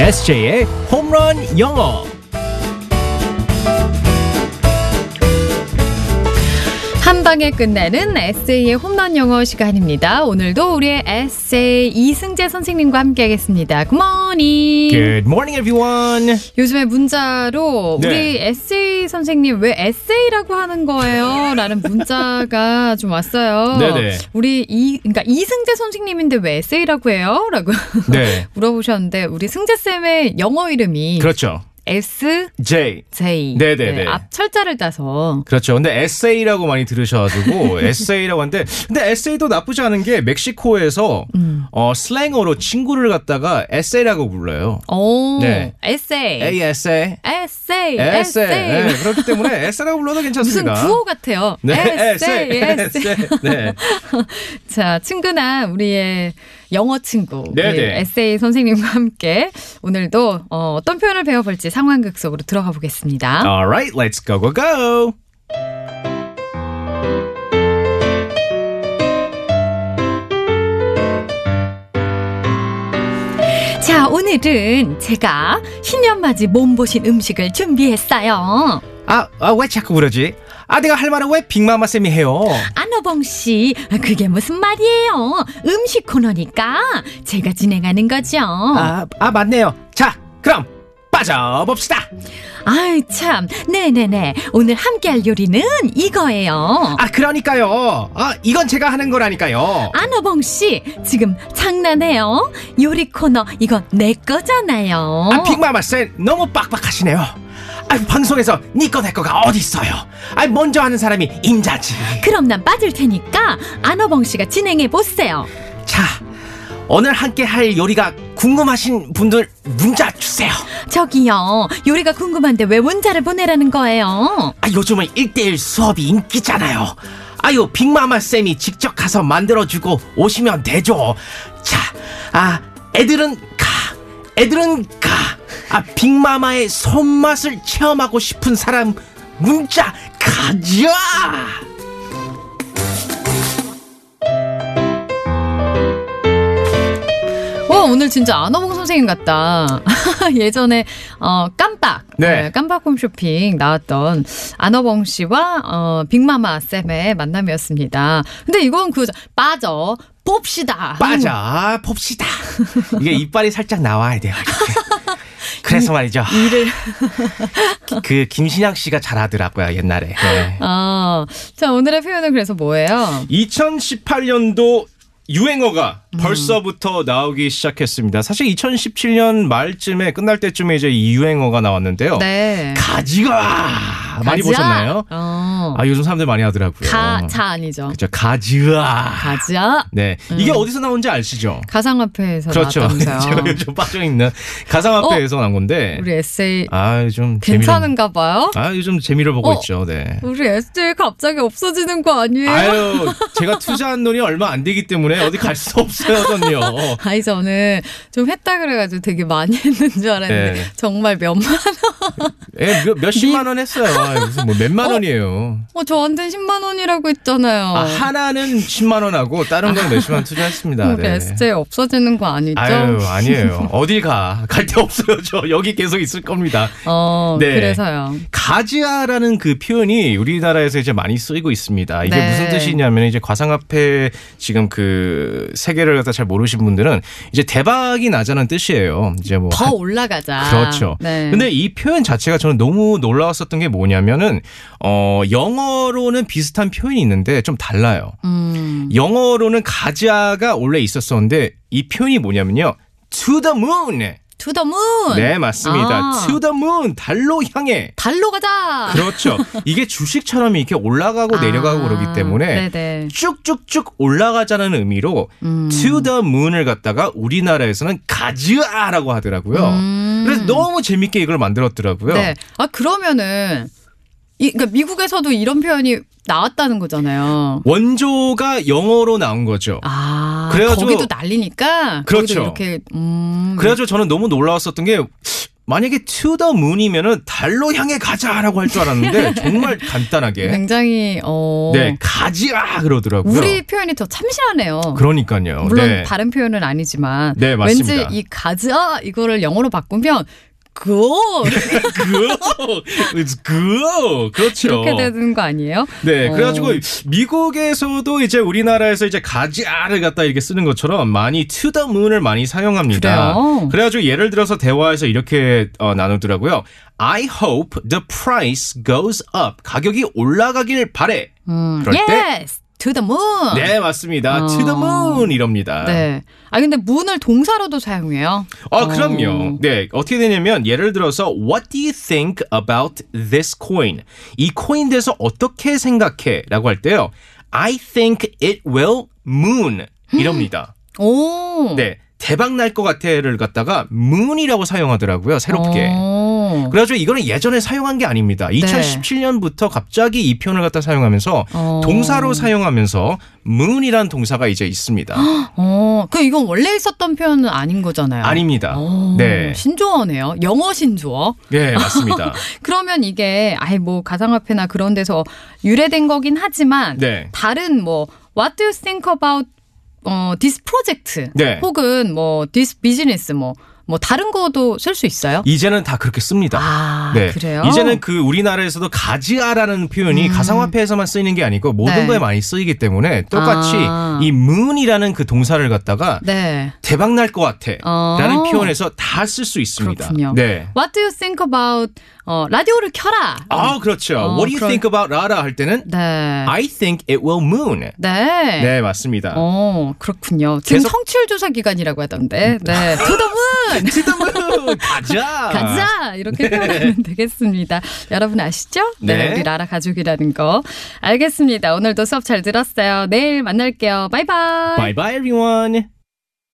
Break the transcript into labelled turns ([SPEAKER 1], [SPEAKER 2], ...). [SPEAKER 1] SJ의 홈런 영어.
[SPEAKER 2] 한 방에 끝내는 에세이의 홈런 영어 시간입니다. 오늘도 우리의 에세이 이승재 선생님과 함께하겠습니다. 굿모닝.
[SPEAKER 1] Good morning, everyone.
[SPEAKER 2] 요즘에 문자로
[SPEAKER 1] 네.
[SPEAKER 2] 우리 에세이 선생님 왜 에세이라고 하는 거예요? 라는 문자가 좀 왔어요.
[SPEAKER 1] 네네.
[SPEAKER 2] 우리 이 그러니까 이승재 선생님인데 왜 에세이라고 해요? 라고
[SPEAKER 1] 네,
[SPEAKER 2] 물어보셨는데 우리 승재 쌤의 영어 이름이
[SPEAKER 1] 그렇죠.
[SPEAKER 2] S
[SPEAKER 1] J.
[SPEAKER 2] J
[SPEAKER 1] 네네네.
[SPEAKER 2] 앞 철자를 따서
[SPEAKER 1] 그렇죠. 근데 에세이라고 많이 들으셔가지고 에세이라고 하는데 근데 에세이도 나쁘지 않은 게 멕시코에서 어, 슬랭어로 친구를 갖다가 에세이라고 불러요.
[SPEAKER 2] 오
[SPEAKER 1] 네.
[SPEAKER 2] 어, 에세이
[SPEAKER 1] 에세이. 에세이.
[SPEAKER 2] 에세이
[SPEAKER 1] 네,
[SPEAKER 2] 에세이
[SPEAKER 1] 그렇기 때문에 에세이라고 불러도
[SPEAKER 2] 무슨
[SPEAKER 1] 괜찮습니다.
[SPEAKER 2] 구호 같아요.
[SPEAKER 1] 네,
[SPEAKER 2] 에세이 에세이
[SPEAKER 1] 에세이. 네.
[SPEAKER 2] 자, 친구나 우리의 영어 친구,
[SPEAKER 1] 네네.
[SPEAKER 2] 우리 에세이 선생님과 함께 오늘도 어, 어떤 표현을 배워볼지 상황극 속으로 들어가 보겠습니다.
[SPEAKER 1] Alright, let's go go go.
[SPEAKER 2] 자, 오늘은 제가 신년맞이 몸보신 음식을 준비했어요.
[SPEAKER 1] 아, 아, 왜 자꾸 그러지? 아, 내가 할 말은 왜 빅마마 쌤이 해요?
[SPEAKER 2] 안호봉 씨, 아, 그게 무슨 말이에요? 음식 코너니까 제가 진행하는 거죠.
[SPEAKER 1] 아, 아, 맞네요. 자, 그럼 빠져봅시다.
[SPEAKER 2] 아유 참, 네네네. 오늘 함께할 요리는 이거예요.
[SPEAKER 1] 아, 그러니까요. 아, 이건 제가 하는
[SPEAKER 2] 아,
[SPEAKER 1] 거라니까요.
[SPEAKER 2] 안호봉 씨, 지금 장난해요? 요리 코너 이건 내 거잖아요.
[SPEAKER 1] 아, 빅마마 쌤 너무 빡빡하시네요. 아, 방송에서 니꺼 내 거가 어디 있어요? 아, 먼저 하는 사람이 임자지.
[SPEAKER 2] 그럼 난 빠질 테니까 안호봉 씨가 진행해 보세요.
[SPEAKER 1] 자, 오늘 함께 할 요리가 궁금하신 분들 문자 주세요.
[SPEAKER 2] 저기요, 요리가 궁금한데 왜 문자를 보내라는 거예요?
[SPEAKER 1] 아, 요즘은 1대1 수업이 인기잖아요. 아유, 빅마마 쌤이 직접 가서 만들어주고 오시면 되죠. 자, 아, 애들은 가, 애들은 가. 아, 빅마마의 손맛을 체험하고 싶은 사람, 문자 가자!
[SPEAKER 2] 와, 어, 오늘 진짜 안호봉 선생님 같다. 예전에 어, 깜빡,
[SPEAKER 1] 네.
[SPEAKER 2] 깜빡 홈쇼핑 나왔던 안호봉 씨와 어, 빅마마 쌤의 만남이었습니다. 근데 이건 그 빠져. 봅시다.
[SPEAKER 1] 빠져, 봅시다. 이게 이빨이 살짝 나와야 돼요. 이렇게. 그래서 말이죠.
[SPEAKER 2] 이를
[SPEAKER 1] 그 김신양 씨가 잘하더라고요, 옛날에. 네.
[SPEAKER 2] 아, 자 오늘의 표현은 그래서 뭐예요?
[SPEAKER 1] 2018년도 유행어가
[SPEAKER 2] 음.
[SPEAKER 1] 벌써부터 나오기 시작했습니다. 사실 2017년 말쯤에 끝날 때쯤에 이제 이 유행어가 나왔는데요.
[SPEAKER 2] 네.
[SPEAKER 1] 가지가 많이
[SPEAKER 2] 가지야?
[SPEAKER 1] 보셨나요?
[SPEAKER 2] 어.
[SPEAKER 1] 아 요즘 사람들 많이 하더라고요.
[SPEAKER 2] 가자 아니죠.
[SPEAKER 1] 그렇죠. 가지가.
[SPEAKER 2] 가자.
[SPEAKER 1] 네. 이게 어디서 나온지 아시죠?
[SPEAKER 2] 가상화폐에서
[SPEAKER 1] 그렇죠. 제가
[SPEAKER 2] 음. 나왔다면서요. 어?
[SPEAKER 1] 요즘 빠져 있는 가상화폐에서 나온 건데.
[SPEAKER 2] 우리 에세이
[SPEAKER 1] 아 요즘 재미로.
[SPEAKER 2] 괜찮은가 봐요.
[SPEAKER 1] 아 요즘 재미를 보고
[SPEAKER 2] 어.
[SPEAKER 1] 있죠. 네.
[SPEAKER 2] 우리 에세이 갑자기 없어지는 거 아니에요?
[SPEAKER 1] 아유, 제가 투자한 돈이 얼마 안 되기 때문에 어디 갈 수 없어요, 돈요.
[SPEAKER 2] 아니 저는 좀 했다 그래가지고 되게 많이 했는 줄 알았는데
[SPEAKER 1] 네.
[SPEAKER 2] 정말 몇만
[SPEAKER 1] 예, 몇, 몇십만 원 했어요. 아, 무슨 뭐 몇만
[SPEAKER 2] 어?
[SPEAKER 1] 원이에요.
[SPEAKER 2] 어, 저한테 10만 원이라고 했잖아요.
[SPEAKER 1] 아, 하나는 10만 원하고 다른 건 몇십만 투자했습니다. 네.
[SPEAKER 2] 우리 어, 에세이 없어지는 거 아니죠?
[SPEAKER 1] 아유, 아니에요. 어딜 가. 갈 데 없어요. 저 여기 계속 있을 겁니다.
[SPEAKER 2] 어
[SPEAKER 1] 네.
[SPEAKER 2] 그래서요.
[SPEAKER 1] 가지아라는 그 표현이 우리나라에서 이제 많이 쓰이고 있습니다. 이게
[SPEAKER 2] 네.
[SPEAKER 1] 무슨 뜻이냐면 이제 가상화폐 지금 그 세계를 갖다 잘 모르신 분들은 이제 대박이 나자는 뜻이에요. 이제 뭐
[SPEAKER 2] 더 올라가자.
[SPEAKER 1] 그렇죠.
[SPEAKER 2] 네.
[SPEAKER 1] 근데 이 표현 자체가 저는 너무 놀라웠었던 게 뭐냐면은 어 영어로는 비슷한 표현이 있는데 좀 달라요.
[SPEAKER 2] 음.
[SPEAKER 1] 영어로는 가자가 원래 있었었는데 이 표현이 뭐냐면요. To the moon.
[SPEAKER 2] To the moon.
[SPEAKER 1] 네, 맞습니다.
[SPEAKER 2] 어. 아.
[SPEAKER 1] To the moon. 달로 향해.
[SPEAKER 2] 달로 가자.
[SPEAKER 1] 그렇죠. 이게 주식처럼 이렇게 올라가고
[SPEAKER 2] 아,
[SPEAKER 1] 내려가고 그러기 때문에
[SPEAKER 2] 네네.
[SPEAKER 1] 쭉쭉쭉 올라가자는 의미로
[SPEAKER 2] 음.
[SPEAKER 1] to the moon을 갖다가 우리나라에서는 가즈아라고 하더라고요.
[SPEAKER 2] 음.
[SPEAKER 1] 그래서 너무 재밌게 이걸 만들었더라고요.
[SPEAKER 2] 네. 아 그러면은 이 그러니까 미국에서도 이런 표현이 나왔다는 거잖아요.
[SPEAKER 1] 원조가 영어로 나온 거죠.
[SPEAKER 2] 아.
[SPEAKER 1] 그래가지고-
[SPEAKER 2] 거기도 날리니까.
[SPEAKER 1] 그렇죠.
[SPEAKER 2] 거기도 이렇게 음.
[SPEAKER 1] 그래가지고 저는 너무 놀라웠었던 게 만약에 to the moon이면은 달로 향해 가자라고 할 줄 알았는데 정말 간단하게
[SPEAKER 2] 예. 굉장히 네. 어
[SPEAKER 1] 네 가지야 그러더라고요.
[SPEAKER 2] 우리 표현이 더 참신하네요.
[SPEAKER 1] 그러니까요.
[SPEAKER 2] 물론
[SPEAKER 1] 네.
[SPEAKER 2] 다른 표현은 아니지만
[SPEAKER 1] 네, 맞습니다.
[SPEAKER 2] 왠지 이 가즈아 이거를 영어로 바꾸면 그
[SPEAKER 1] 그, it's good. 그렇죠.
[SPEAKER 2] 이렇게 되는 거 아니에요?
[SPEAKER 1] 네,
[SPEAKER 2] 어.
[SPEAKER 1] 그래가지고 미국에서도 이제 우리나라에서 이제 가지아를 갖다 이렇게 쓰는 것처럼 많이 to the moon을 많이 사용합니다.
[SPEAKER 2] 그래요?
[SPEAKER 1] 가지고 예를 들어서 대화에서 이렇게 어, 나누더라고요. I hope the price goes up. 가격이 올라가길 바래.
[SPEAKER 2] 음,
[SPEAKER 1] 그럴 때?
[SPEAKER 2] yes, to the moon.
[SPEAKER 1] 네, 맞습니다.
[SPEAKER 2] 어.
[SPEAKER 1] to the moon 이럽니다.
[SPEAKER 2] 네. 아 근데 moon을 동사로도 사용해요.
[SPEAKER 1] 아,
[SPEAKER 2] 어.
[SPEAKER 1] 그럼요. 네, 어떻게 되냐면 예를 들어서 What do you think about this coin? 이 코인 대해서 어떻게 생각해?라고 할 때요. I think it will moon 이럽니다.
[SPEAKER 2] 오.
[SPEAKER 1] 네, 대박 날 것 같아를 갖다가 moon이라고 사용하더라고요. 새롭게.
[SPEAKER 2] 어. 네.
[SPEAKER 1] 그래가지고 이거는 예전에 사용한 게 아닙니다. 2017년부터 갑자기 이 표현을 갖다 사용하면서
[SPEAKER 2] 어.
[SPEAKER 1] 동사로 사용하면서 moon이란 동사가 이제 있습니다.
[SPEAKER 2] 어. 그 이건 원래 있었던 표현은 아닌 거잖아요.
[SPEAKER 1] 아닙니다.
[SPEAKER 2] 어,
[SPEAKER 1] 네,
[SPEAKER 2] 신조어네요. 영어 신조어.
[SPEAKER 1] 네 맞습니다.
[SPEAKER 2] 그러면 이게 아예 뭐 가상화폐나 그런 데서 유래된 거긴 하지만
[SPEAKER 1] 네.
[SPEAKER 2] 다른 뭐 What do you think about 어, this project
[SPEAKER 1] 네.
[SPEAKER 2] 혹은 뭐 this business 뭐 뭐 다른 거도 쓸 수 있어요?
[SPEAKER 1] 이제는 다 그렇게 씁니다.
[SPEAKER 2] 아
[SPEAKER 1] 네.
[SPEAKER 2] 그래요? 음.
[SPEAKER 1] 이제는 그 우리나라에서도 가지아라는 표현이 가상화폐에서만 쓰이는 게 아니고 모든
[SPEAKER 2] 네.
[SPEAKER 1] 거에 많이 쓰이기 때문에 똑같이
[SPEAKER 2] 아.
[SPEAKER 1] 이 moon이라는 그 동사를 갖다가
[SPEAKER 2] 네.
[SPEAKER 1] 대박 날 것 같아.
[SPEAKER 2] 어.
[SPEAKER 1] 라는 표현에서 다 쓸 수 있습니다.
[SPEAKER 2] 그렇군요.
[SPEAKER 1] 네.
[SPEAKER 2] What do you think about 어, 라디오를 켜라.
[SPEAKER 1] 아, 그렇죠.
[SPEAKER 2] 어,
[SPEAKER 1] What do you
[SPEAKER 2] 그런-
[SPEAKER 1] think about 라라 할 때는
[SPEAKER 2] 네.
[SPEAKER 1] I think it will moon.
[SPEAKER 2] 네.
[SPEAKER 1] 네, 맞습니다.
[SPEAKER 2] 어 그렇군요. 지금
[SPEAKER 1] 계속- 음.
[SPEAKER 2] 청취율 조사 기간이라고 하던데. 네. To the moon.
[SPEAKER 1] 지금은 가자.
[SPEAKER 2] 가자 이렇게 표현하면 되겠습니다. 여러분 아시죠? 네.
[SPEAKER 1] 네.
[SPEAKER 2] 우리 라라 가족이라는 거. 알겠습니다. 오늘도 수업 잘 들었어요. 내일 만날게요. 바이바이.
[SPEAKER 1] Bye bye everyone.